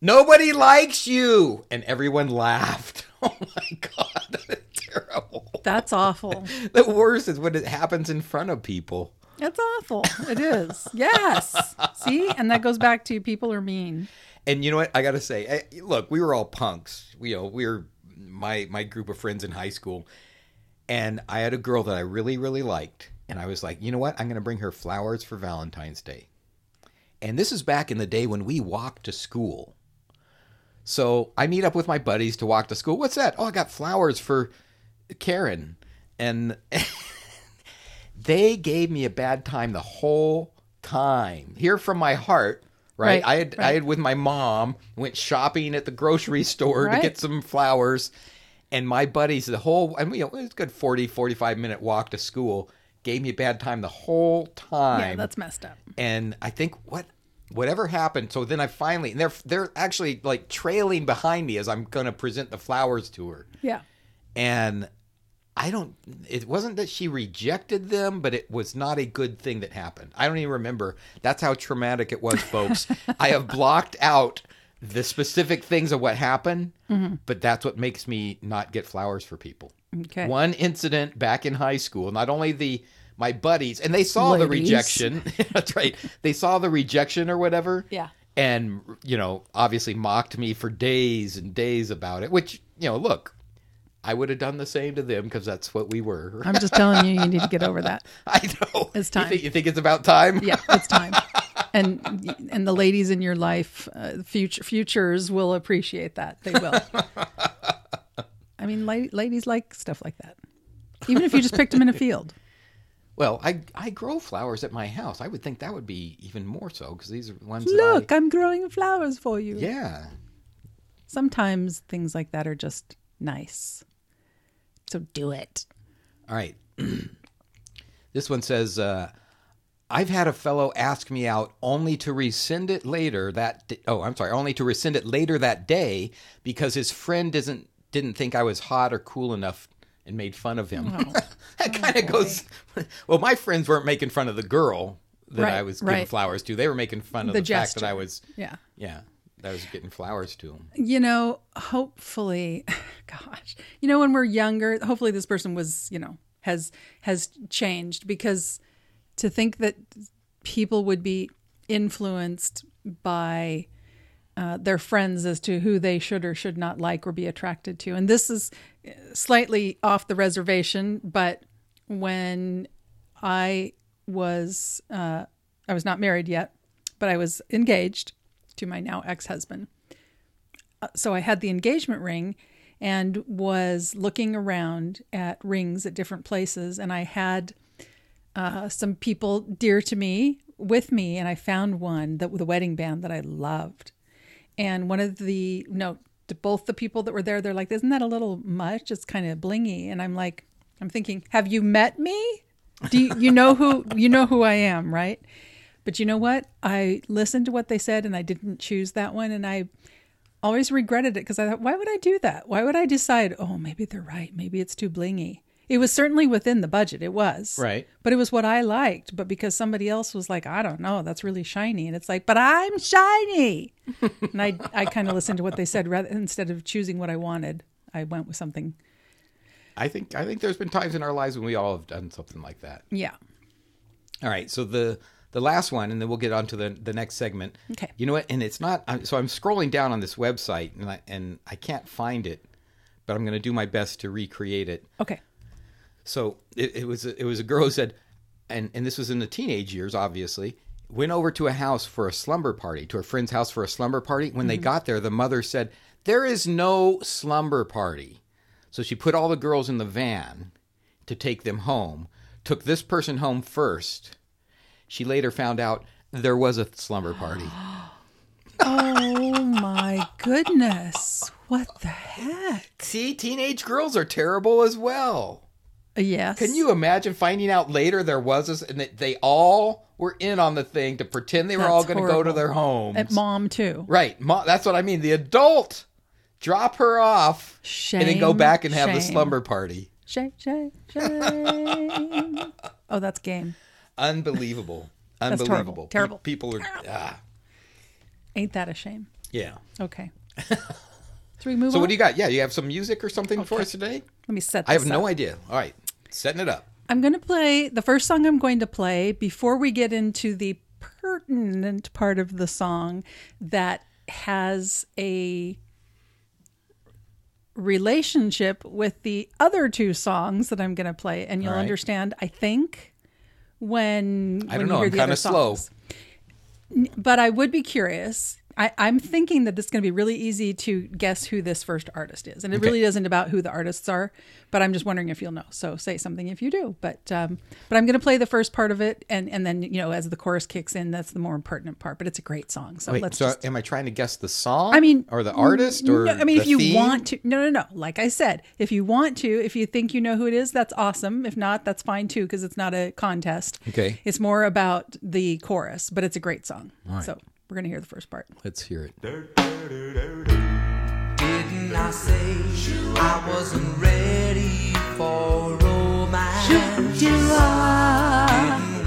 Nobody likes you! And everyone laughed. [laughs] Oh my God, terrible.
That's awful.
The worst is when it happens in front of people.
That's awful. It is. Yes. See? And that goes back to people are mean.
And you know what? I got to say, eh, look, we were all punks. You know, we were my my group of friends in high school, and I had a girl that I really really liked, and I was like, you know what? I'm going to bring her flowers for Valentine's Day. And this is back in the day when we walked to school. So I meet up with my buddies to walk to school. What's that? Oh, I got flowers for Karen, and [laughs] they gave me a bad time the whole time. Here from my heart, right?
Right,
I had I
right.
had with my mom went shopping at the grocery store
Right.
to get some flowers, and my buddies the whole I mean it was a good 40 45 minute walk to school gave me a bad time the whole
Yeah,
time.
that's messed up.
and I think what whatever happened so then I finally and they're they're actually like trailing behind me as I'm going to present the flowers to her
Yeah.
and I don't. It wasn't that she rejected them, but it was not a good thing that happened. I don't even remember. That's how traumatic it was, folks. I have blocked out the specific things of what happened, but that's what makes me not get flowers for people.
Okay.
One incident back in high school, not only the my buddies, and they saw the
Ladies.
rejection. [laughs] that's right. They saw the rejection or whatever
Yeah.
and you know obviously mocked me for days and days about it which you know look i would have done the same to them because that's what we were [laughs]
I'm just telling you, you need to get over that.
i know
It's
you
time.
think, you think it's about time
Yeah, it's time. And and the ladies in your life, uh, future futures will appreciate that. They will. I mean, la- ladies like stuff like that. Even if you just picked them in a field.
well i i grow flowers at my house i would think that would be even more so because these are the
[laughs]
ones
Look,
that I,
I'm growing flowers for you.
yeah
Sometimes things like that are just nice. So do it.
all right [clears throat] this one says uh I've had a fellow ask me out only to rescind it later that d- oh I'm sorry only to rescind it later that day because his friend doesn't didn't think I was hot or cool enough and made fun of him. [laughs]
Oh,
that kind of goes. Well, my friends weren't making fun of the girl that I
Right,
was giving
right.
flowers to. They were making fun of
The
the, fact that
gesture.
I was,
Yeah.
yeah, that I was getting flowers to him.
You know, hopefully, [laughs] gosh, you know, when we're younger, hopefully this person was, you know, has has changed because to think that people would be influenced by uh, their friends as to who they should or should not like or be attracted to. And this is uh, slightly off the reservation, but when I was uh, I was not married yet, but I was engaged to my now ex-husband so I had the engagement ring and was looking around at rings at different places and I had uh, some people dear to me with me and I found one that the wedding band that I loved and one of the no to both the people that were there they're like isn't that a little much it's kind of blingy and I'm like I'm thinking have you met me do you, you know who you know who I am right but you know what I listened to what they said and I didn't choose that one and I always regretted it because I thought, why would I do that? Why would I decide, oh, maybe they're right. Maybe it's too blingy. It was certainly within the budget. It was.
Right.
But it was what I liked. But because somebody else was like, I don't know, that's really shiny. And it's like, but I'm [laughs] shiny. and I, I kind of listened to what they said rather instead of choosing what I wanted. I went with something.
I think I think there's been times in our lives when we all have done something like that.
Yeah.
All right, so the the last one, and then we'll get on to the the next segment.
Okay.
You know what? And it's not. I'm- So I'm scrolling down on this website, and I and I can't find it, but I'm going to do my best to recreate it.
Okay.
So it, it was it was a girl who said, and and this was in the teenage years, obviously. Went over to a house for a slumber party, to a friend's house for a slumber party. When they got there, the mother said, "There is no slumber party." So she put all the girls in the van to take them home. Took this person home first. She later found out there was a slumber party.
Oh my goodness. What the heck?
See, teenage girls are terrible as well.
Yes.
Can you imagine finding out later there was this and that they all were in on the thing to pretend they were
That's
all going to go to
horrible.
their homes?
At mom, too.
right. Mo- that's what I mean. The adult drop her off and then go
Shame,
back and have the
shame.
slumber party.
Shame, shame, shame. [laughs] oh, that's game.
Unbelievable.
[laughs] That's terrible.
Unbelievable.
Terrible.
Pe- people are. Ah,
Ain't that a shame?
yeah.
[laughs] Okay. Should we move
So
on?
what do you got? Yeah, you have some music or something for us today?
Let me set this
I have
up.
no idea. All right. Setting it up.
I'm going to play the first song I'm going to play before we get into the pertinent part of the song that has a relationship with the other two songs that I'm going to play. And you'll
All right.
understand, I think, when.
I
when you
don't know.
hear
I'm
the
kind
other
of slow.
songs. but I would be curious. I, I'm thinking that this is going to be really easy to guess who this first artist is, and it really isn't about who the artists are. But I'm just wondering if you'll know. So say something if you do. But um, but I'm going to play the first part of it, and and then you know as the chorus kicks in, that's the more pertinent part. But it's a great song. So
Wait,
let's.
so
just,
am I trying to guess the song?
I mean,
or the artist,
n-
or
no, I mean,
the
if you
theme?
want to, no, no, no. Like I said, if you want to, if you think you know who it is, that's awesome. If not, that's fine too, because it's not a contest.
Okay.
it's more about the chorus, but it's a great song. So we're gonna hear the first part.
Let's hear it.
Didn't I say I wasn't ready for romance? Didn't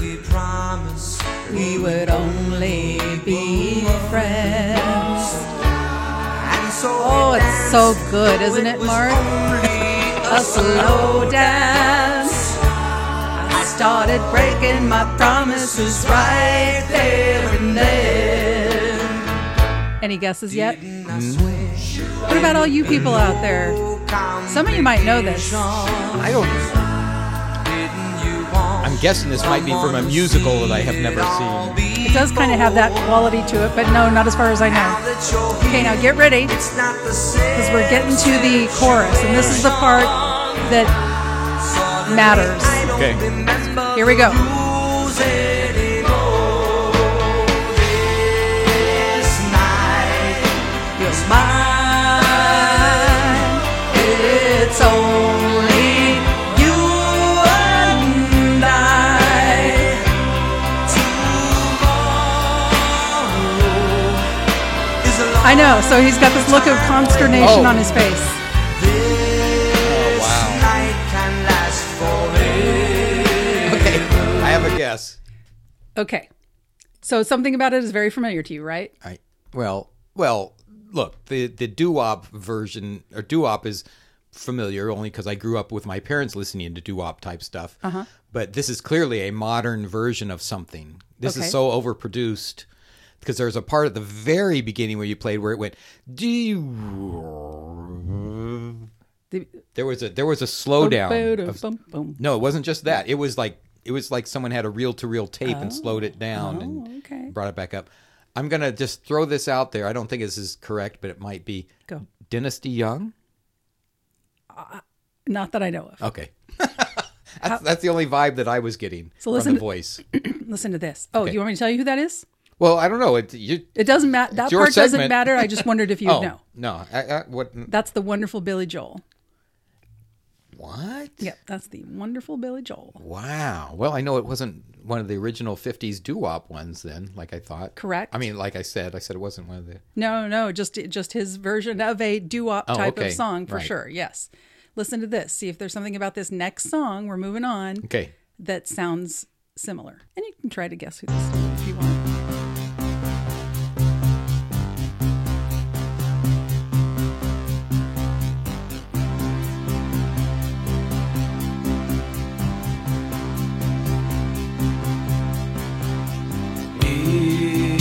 we promise we would only be friends? And so
Oh, it's so good, isn't it,
was
Mark?
only
A slow dance. I started breaking my promises right there and then. Any guesses yet? What about all you people out there? Some of you might know this.
I don't. I'm guessing this might be from a musical that I have never seen.
It does kind of have that quality to it, but no, not as far as I know. Okay, now get ready.
It's not the same.
because we're getting to the chorus, and this is the part that matters.
Okay.
Here we go.
It's only you and I. Tomorrow is a long
I know. So he's got this look of consternation
Oh.
on his face.
Oh wow!
night.
Yes.
Okay. So something about it is very familiar to you, right?
I well, well, look, the the doo-wop version or doo-wop is familiar only because I grew up with my parents listening to doo-wop type stuff. Uh-huh. But this is clearly a modern version of something. This
Okay.
is so overproduced because there's a part at the very beginning where you played where it went doo.
The-
There was a there was a slowdown. of-
Boom, boom, boom.
no, it wasn't just that. It was like it was like someone had a reel-to-reel tape and slowed it down and
Oh, okay.
brought it back up. I'm gonna just throw this out there. I don't think this is correct, but it might be.
Go.
Dynasty Young.
Not that I know of.
Okay. [laughs] that's, that's the only vibe that I was getting
So
from
listen
the
to-
voice.
Listen to this. Oh, you want me to tell you who that is?
Well, I don't know. It, you,
It doesn't matter. That
your
part doesn't
segment.
matter. I just wondered if you
[laughs] oh
know.
no, I, I, what?
That's the wonderful Billy
[laughs]
Joel.
What?
Yep, that's the wonderful Billy Joel.
Wow. Well, I know it wasn't one of the original '50s doo-wop ones then, like I thought.
Correct.
I mean, like I said, I said it wasn't one of the.
No, no, just just his version of a doo-wop
Oh,
type
okay.
of song for
Right.
sure. Yes. Listen to this. See if there's something about this next song. We're moving on.
Okay.
That sounds similar, and you can try to guess who this is if you want.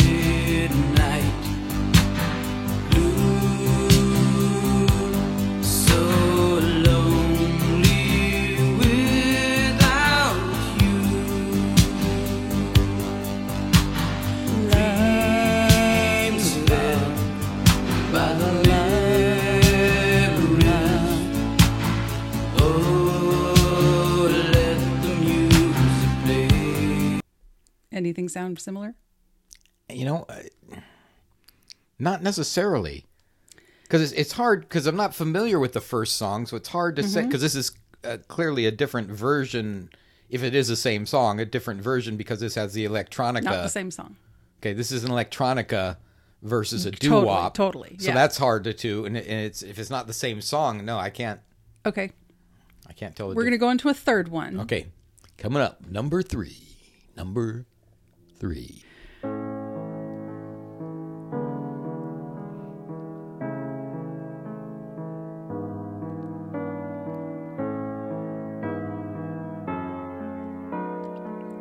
Midnight blue, so lonely without you. Dreams fed by the memories. Oh, let the music play.
Anything sound similar?
you know, uh, not necessarily, because it's, it's hard because I'm not familiar with the first song, so it's hard to
Mm-hmm.
say because this is uh, clearly a different version. If it is the same song, a different version because this has the electronica.
Not the same song.
Okay, this is an electronica versus a doo wop.
Totally, totally,
So
yeah.
that's hard to do, and, it- and it's if it's not the same song, no, I can't.
Okay,
I can't tell. The
we're gonna go into a third one.
Okay, coming up, number three. Number three.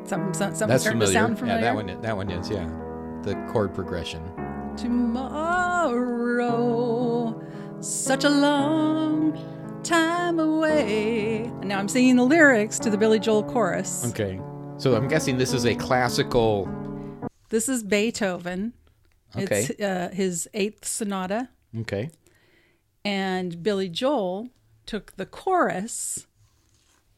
Something, some- something
That's
starting
familiar.
to sound familiar.
Yeah, that one. That one is. Yeah, the chord progression.
Tomorrow, such a long time away. And now I'm singing the lyrics to the Billy Joel chorus.
Okay. So I'm guessing this is a classical.
This is Beethoven.
Okay.
It's uh, his eighth sonata.
Okay.
And Billy Joel took the chorus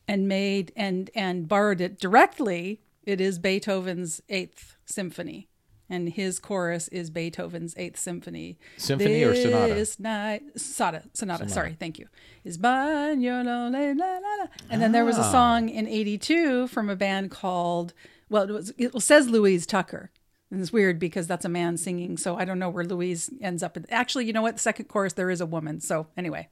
and made and and borrowed it directly. It is Beethoven's eighth symphony. And his chorus is Beethoven's Eighth Symphony.
Symphony or sonata?
This night, sonata, sonata. Sorry, thank you. Is mine your lonely la, la, la. And then there was
Ah.
a song in '82 from a band called well, it, was, it says Louise Tucker, and it's weird because that's a man singing. So I don't know where Louise ends up. Actually, you know what? The second chorus there is a woman. So anyway,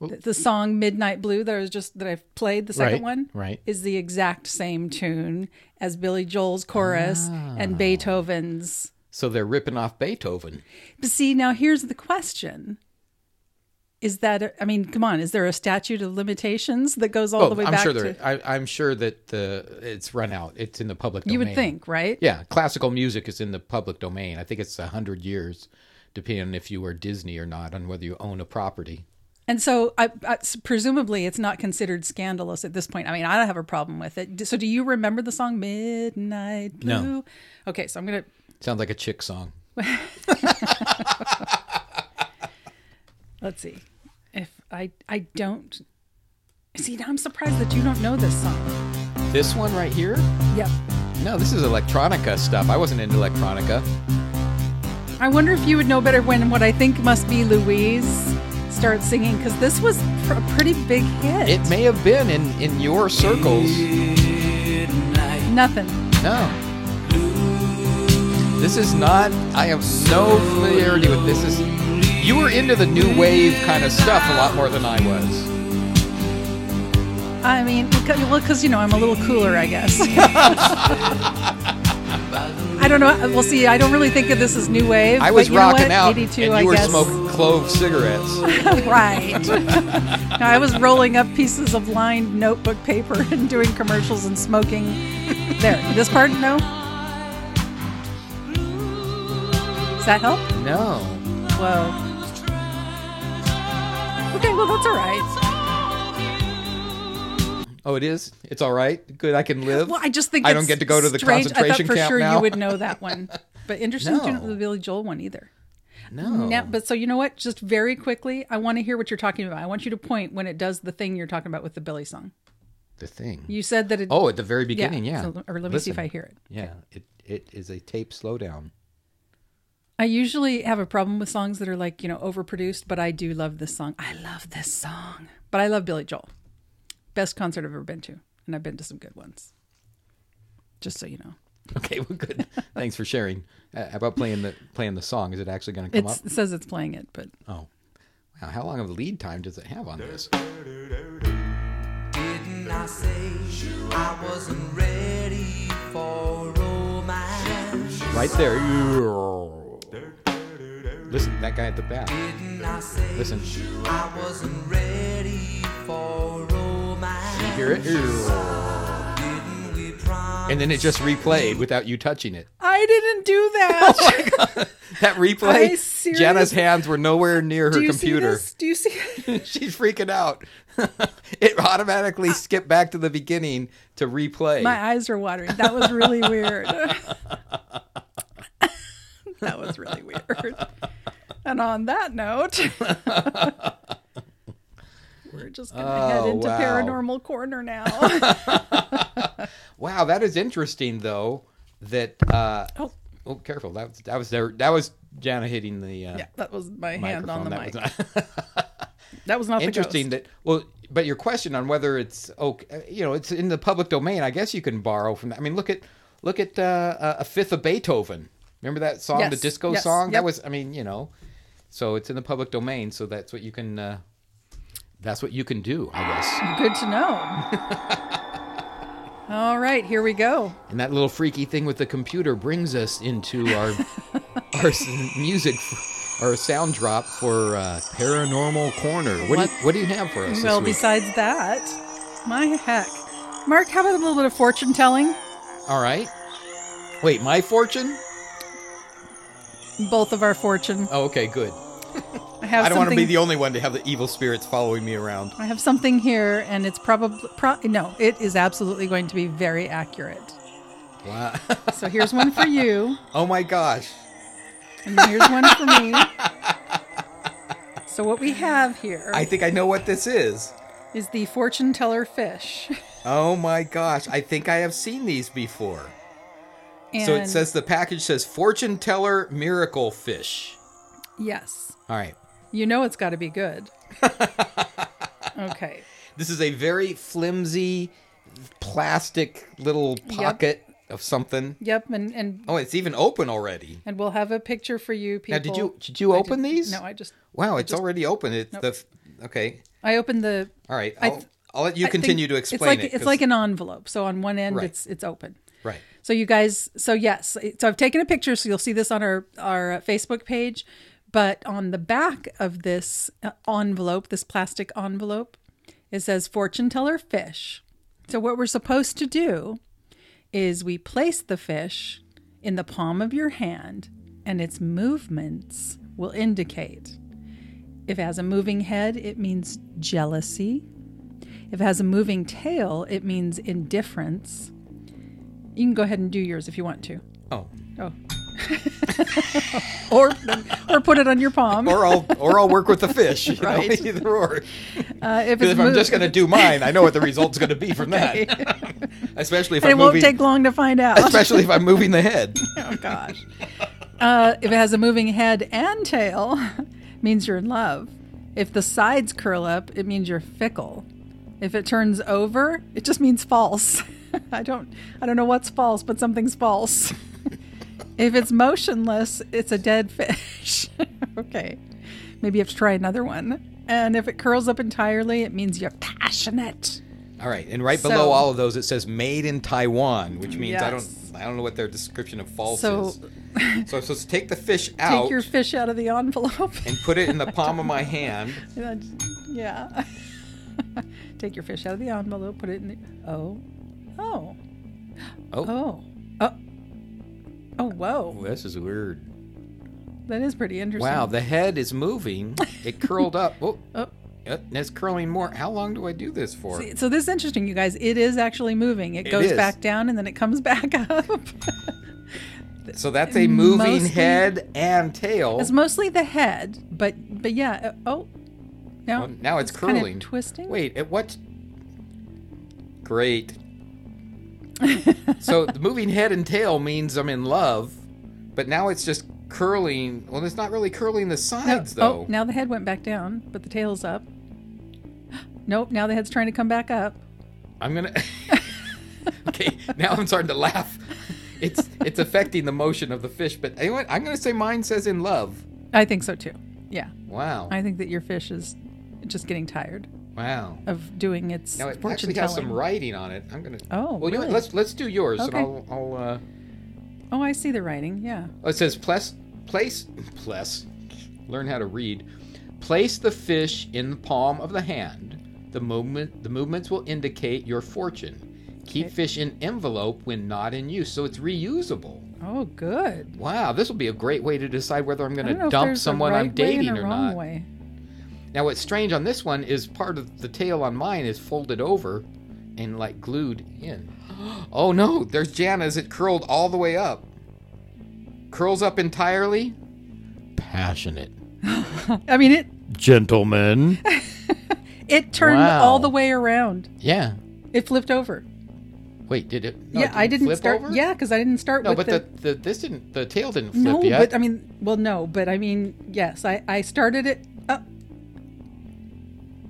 the, the song Midnight Blue that I was just that I played the second
Oh, Right,
one
right.
is the exact same tune as Billy Joel's chorus
Ah.
and Beethoven's.
So they're ripping off Beethoven.
But see, now here's the question. Is that I mean, come on, is there a statute of limitations that goes all the way
Oh, I'm
back
sure
to
they're. I, I'm sure that the it's run out. It's in the public. domain.
You would think, right?
Yeah, classical music is in the public domain. I think it's a hundred years, depending on if you are Disney or not, on whether you own a property.
And so, I, I, presumably, it's not considered scandalous at this point. I mean, I don't have a problem with it. So, do you remember the song "Midnight Blue"?
No.
Okay, so I'm gonna
Sounds like a chick song.
let's see if I I don't see. Now I'm surprised that you don't know this song.
This one right here?
Yep.
No, this is electronica stuff. I wasn't into electronica.
I wonder if you would know better when what I think must be Louise starts singing because this was pr- a pretty big hit.
It may have been in in your circles.
Nothing.
No. This is not. I have no familiarity with this. Is you were into the new wave kind of stuff a lot more than I was.
I mean, because, well, 'cause, you know, I'm a little cooler, I
[laughs]
guess. I don't know. Well, see, I don't really think of this as new wave.
I was
but you know
rocking
what?
out,
82,
and you
I
were
guess.
smoking clove cigarettes.
[laughs] right. no, I was rolling up pieces of lined notebook paper [laughs] and doing commercials and smoking. There, this part, no. Does that help?
no.
Whoa. Okay, well that's all right.
Oh, it is. It's all right. Good. I can live.
Well, I just think
I don't
it's
get to go to the
strange. I thought
concentration
for
camp
sure
now.
you would know that one, but interesting you didn't
No. Oh.
know the Billy Joel one either.
no.
Now, but so you know what? Just very quickly, I want to hear what you're talking about. I want you to point when it does the thing you're talking about with the Billy song.
The thing.
You said that it.
oh, at the very beginning. Yeah.
So, or let me see if
Listen.
I hear it.
Yeah. It it is a tape slowdown. [laughs]
I usually have a problem with songs that are like, you know, overproduced, but I do love this song. I love this song. But I love Billy Joel. Best concert I've ever been to. And I've been to some good ones. Just so you know.
Okay.
[laughs]
Well, good. Thanks for sharing. Uh, how about playing the playing the song? Is it actually going to come
It's,
up?
it says it's playing it, but
Oh. Wow. How long of a lead time does it have on this?
Didn't I say I wasn't ready for romance?
Right there. Listen, that guy at the back.
Didn't I say
Listen.
I wasn't ready for romance?
Hear it?
Didn't we promise?
And then it just replayed without you touching it. [laughs]
I didn't do that.
That
I
replay.
serious-
Jana's hands were nowhere near her
do you see
computer.
this? Do you see it?
[laughs] She's freaking out. [laughs] it automatically skipped back to the beginning to replay.
My eyes are watering. That was really weird. [laughs] that was really weird. And on that note, [laughs] we're just going to head
Oh,
into
wow.
paranormal corner now. [laughs]
wow, that is interesting though. That uh, oh.
Oh.
careful that was that was there that was Jana hitting the uh,
yeah, that was my hand on
microphone.
the mic.
That was not-
that was not
interesting
The
that well but your question on whether it's okay you know it's in the public domain i guess you can borrow from that i mean look at look at uh, a fifth of beethoven remember that song the
Yes,
disco
yes,
song that
yep.
was i mean you know so it's in the public domain so that's what you can uh, that's what you can do i guess
ghost. Good to know.
[laughs]
All right, here we go.
and that little freaky thing with the computer brings us into
[laughs]
our our s- music f- our sound drop for uh, paranormal corner what, Do you, what do you have for us
well,
this week?
besides that, my heck. Mark, how about a little bit of fortune telling?
all right wait my fortune
Both of our fortune.
Oh, okay, good.
I have
Oh, I don't want to
something-
be the only one to have the evil spirits following me around.
I have something here, and it's probably pro- no. It is absolutely going to be very accurate.
Wow.
So here's one for you,
oh my gosh.
and here's one for me. So what we have here is
I think I know what this is.
the fortune teller fish,
Oh my gosh. I think I have seen these before.
and
so it says the package says fortune teller miracle fish.
yes.
All right.
You know it's got to be
[laughs]
good. Okay.
This is a very flimsy plastic little pocket of something.
Yep. And and
Oh, it's even open already.
and we'll have a picture for you people.
Now, did you did you
I
open
did-
these?
No, I just
Wow, it's already open. It's the f- okay.
I opened the
All right.
I
I'll,
th-
I'll let you
I think
continue to
It's
explain
like
it.
it's
'cause-
like an envelope. So on one end,
Right.
it's it's open.
right.
So you guys, so yes, so I've taken a picture, so you'll see this on our our uh, Facebook page. But on the back of this uh, envelope, this plastic envelope, it says fortune teller fish. So what we're supposed to do is we place the fish in the palm of your hand, and its movements will indicate. If it has a moving head, it means jealousy. If it has a moving tail, it means indifference. You can go ahead and do yours if you want to.
Oh.
Oh. or or put it on your palm.
or I'll or I'll work with the fish. You
Right.
know, either
Uh,
or.
if
Because
it's
if I'm
moved-
just going to do mine, I know what the result's going to be from that. [laughs] especially if
and
I'm
it won't
moving.
take long to find out.
especially if I'm moving the head.
oh gosh. Uh, if it has a moving head and tail, [laughs] means you're in love. If the sides curl up, it means you're fickle. If it turns over, it just means false. [laughs] I don't I don't know what's false, but something's false. [laughs] if it's motionless, it's a dead fish. [laughs] okay. Maybe you have to try another one. And if it curls up entirely, it means you're passionate.
All right, and right
So-
below all of those, it says "Made in Taiwan," which means I don't
Yes.
I don't know what their description of false
So-
is. So, so let's take the fish out
Take your fish out of the envelope. [laughs]
and put it in the palm of my hand.
And then- yeah. [laughs] Take your fish out of the envelope, put it in the. Oh. Oh.
Oh,
Oh. Oh. Oh, whoa.
this is weird.
That is pretty interesting.
Wow, the head is
[laughs]
moving. It curled up. Oh,
Oh.
yep, and it's curling more. How long do I do this for?
See, So this is interesting, you guys. It is actually moving. It,
It
goes
is. Oh.
back down and then it comes [laughs] back up.
so that's a moving
mostly-
head and tail.
it's mostly the head, but but yeah. uh, Oh, now
Oh, now it's,
kinda
curling.
twisting.
Wait, at what?
[laughs]
Great. so the moving head and tail means I'm in love, but now it's just curling. Well, it's not really curling the
Now-
sides
oh,
though.
now the head went back down, but the tail's up. [gasps] Nope. Now the head's trying to come back up.
I'm
[laughs]
gonna. okay, now I'm starting to laugh. It's it's affecting the motion of the fish, but you know what? I'm gonna say mine says in love.
I think so too. Yeah,
Wow,
I think that your fish is just getting tired
wow.
of doing its
Now it
fortune
actually has some
telling.
writing on it. I'm gonna.
Oh,
well, you know what?
really?
let's let's do yours,
Okay.
and I'll I'll. Uh,
Oh, I see the writing. Yeah.
Oh, it says place, place, place. Learn how to read. Place the fish in the palm of the hand. The movement, the movements will indicate your fortune. Keep fish in envelope when not in use, so it's reusable.
Oh, good.
Wow, this will be a great way to decide whether I'm going
I don't know
to
if
dump
there's a
someone
right
I'm dating
way and a
or
wrong
not.
Way.
Now, what's strange on this one is part of the tail on mine is folded over and like glued in. [gasps] Oh no, there's Jana's. It curled all the way up. Curls up entirely. Passionate.
I mean, it
Gentlemen.
it turned
Wow.
all the way around.
[laughs] Yeah.
It flipped over.
Wait, did it? no,
yeah,
Oh, did
I
it
didn't
flip
start.
Over?
Yeah, because I didn't start
No,
with
but
the.
the, the this didn't the tail didn't flip
no,
yet.
but
[laughs]
I mean, well, no, but I mean, yes, I I started it. Up.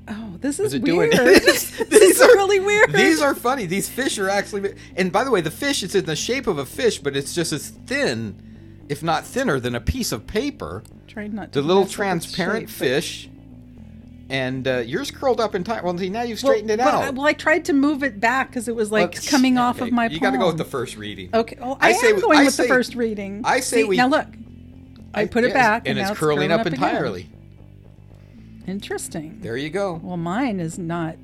Oh, this is
it doing- [laughs]
weird. this is really weird.
These are funny. These fish are actually. And by the way, the fish is in the shape of a fish, but it's just as thin, if not thinner, than a piece of paper.
Trying not to
The little
mess up its
transparent
shape, but-
fish, and uh, yours curled up in time. Well, see, now you've
Well,
straightened
but
it
I-
out.
well, I tried to move it back because it was like
Let's-
coming off
okay,
of my.
You got to go with the
palm.
first reading.
Okay. Well, I,
I say
am
we-
going
I
with the
say-
first reading.
I say
See,
we-
now look. I put it
Yes,
back, and,
and,
now
it's curling up,
again.
entirely.
Interesting.
There you go.
Well, mine is not.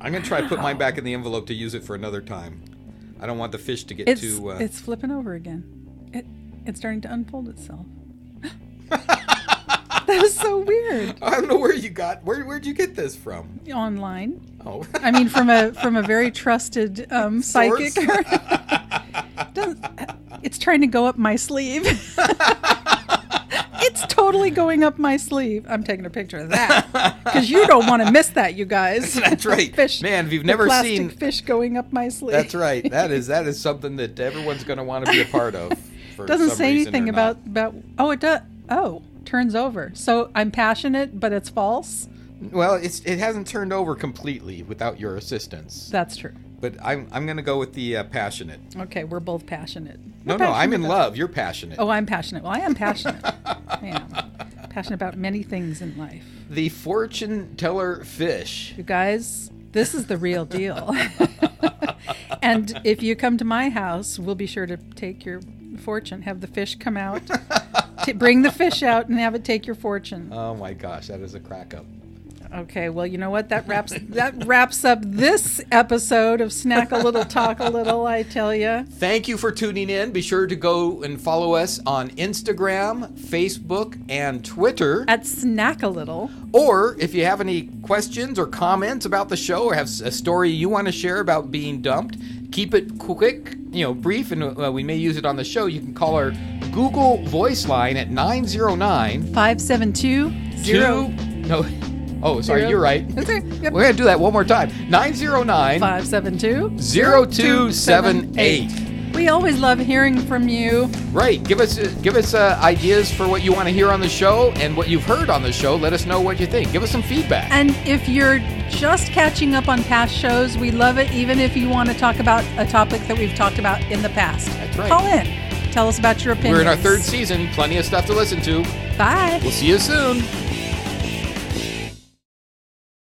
I'm gonna try to put mine back in the envelope to use it for another time. I don't want the fish to get
It's
too. Uh,
it's flipping over again. It it's starting to
[laughs]
unfold itself. [laughs] that is so weird.
[laughs] I don't know where you got. Where where'd you get this from?
Online,
Oh, [laughs]
I mean, from a from a very trusted um, psychic.
[laughs]
Doesn't- it's trying to go up my sleeve. it's totally going up my sleeve. I'm taking a picture of that because you don't want to miss that, you
[laughs]
guys.
that's right. Man, if you've
the
never
plastic
seen-
fish going up my sleeve.
that's right. That is that is something that everyone's gonna want to be a part
[laughs]
of. For
doesn't
some
say
reason or
anything
not.
about about oh it does oh turns over so i'm passionate but it's false
Well, it's it hasn't turned over completely without your assistance.
that's true
But I'm I'm gonna go with the uh, passionate.
okay we're both passionate
No,
We're
no, I'm
passionate
in
about-
love. You're passionate.
oh i'm passionate well i am passionate i am passionate about many things in life
The fortune teller fish.
you guys this is the real deal [laughs] and if you come to my house we'll be sure to take your fortune have the fish come out t- bring the fish out and have it take your fortune
Oh my gosh, that is a crack up.
Okay, well, you know what? That wraps that wraps up this episode of Snack a Little, Talk a Little. I tell you,
Thank you for tuning in. Be sure to go and follow us on Instagram, Facebook, and Twitter.
at Snack a Little,
Or if you have any questions or comments about the show or have s- a story you want to share about being dumped, keep it quick, you know, brief, and uh, we may use it on the show. You can call our Google voice line at 909
five seven two zero
No. Oh, sorry,
Zero.
you're right. [laughs]
That's right, yep.
We're going to do that one more time. 909
five seven two.
0278.
We always love hearing from you.
Right. Give us uh, give us uh, ideas for what you want to hear on the show and what you've heard on the show. Let us know what you think. Give us some feedback.
And if you're just catching up on past shows, we love it. Even if you want to talk about a topic that we've talked about in the past,
That's right.
Call in, tell us about your opinion.
We're in our third season. Plenty of stuff to listen to.
Bye.
We'll see you soon.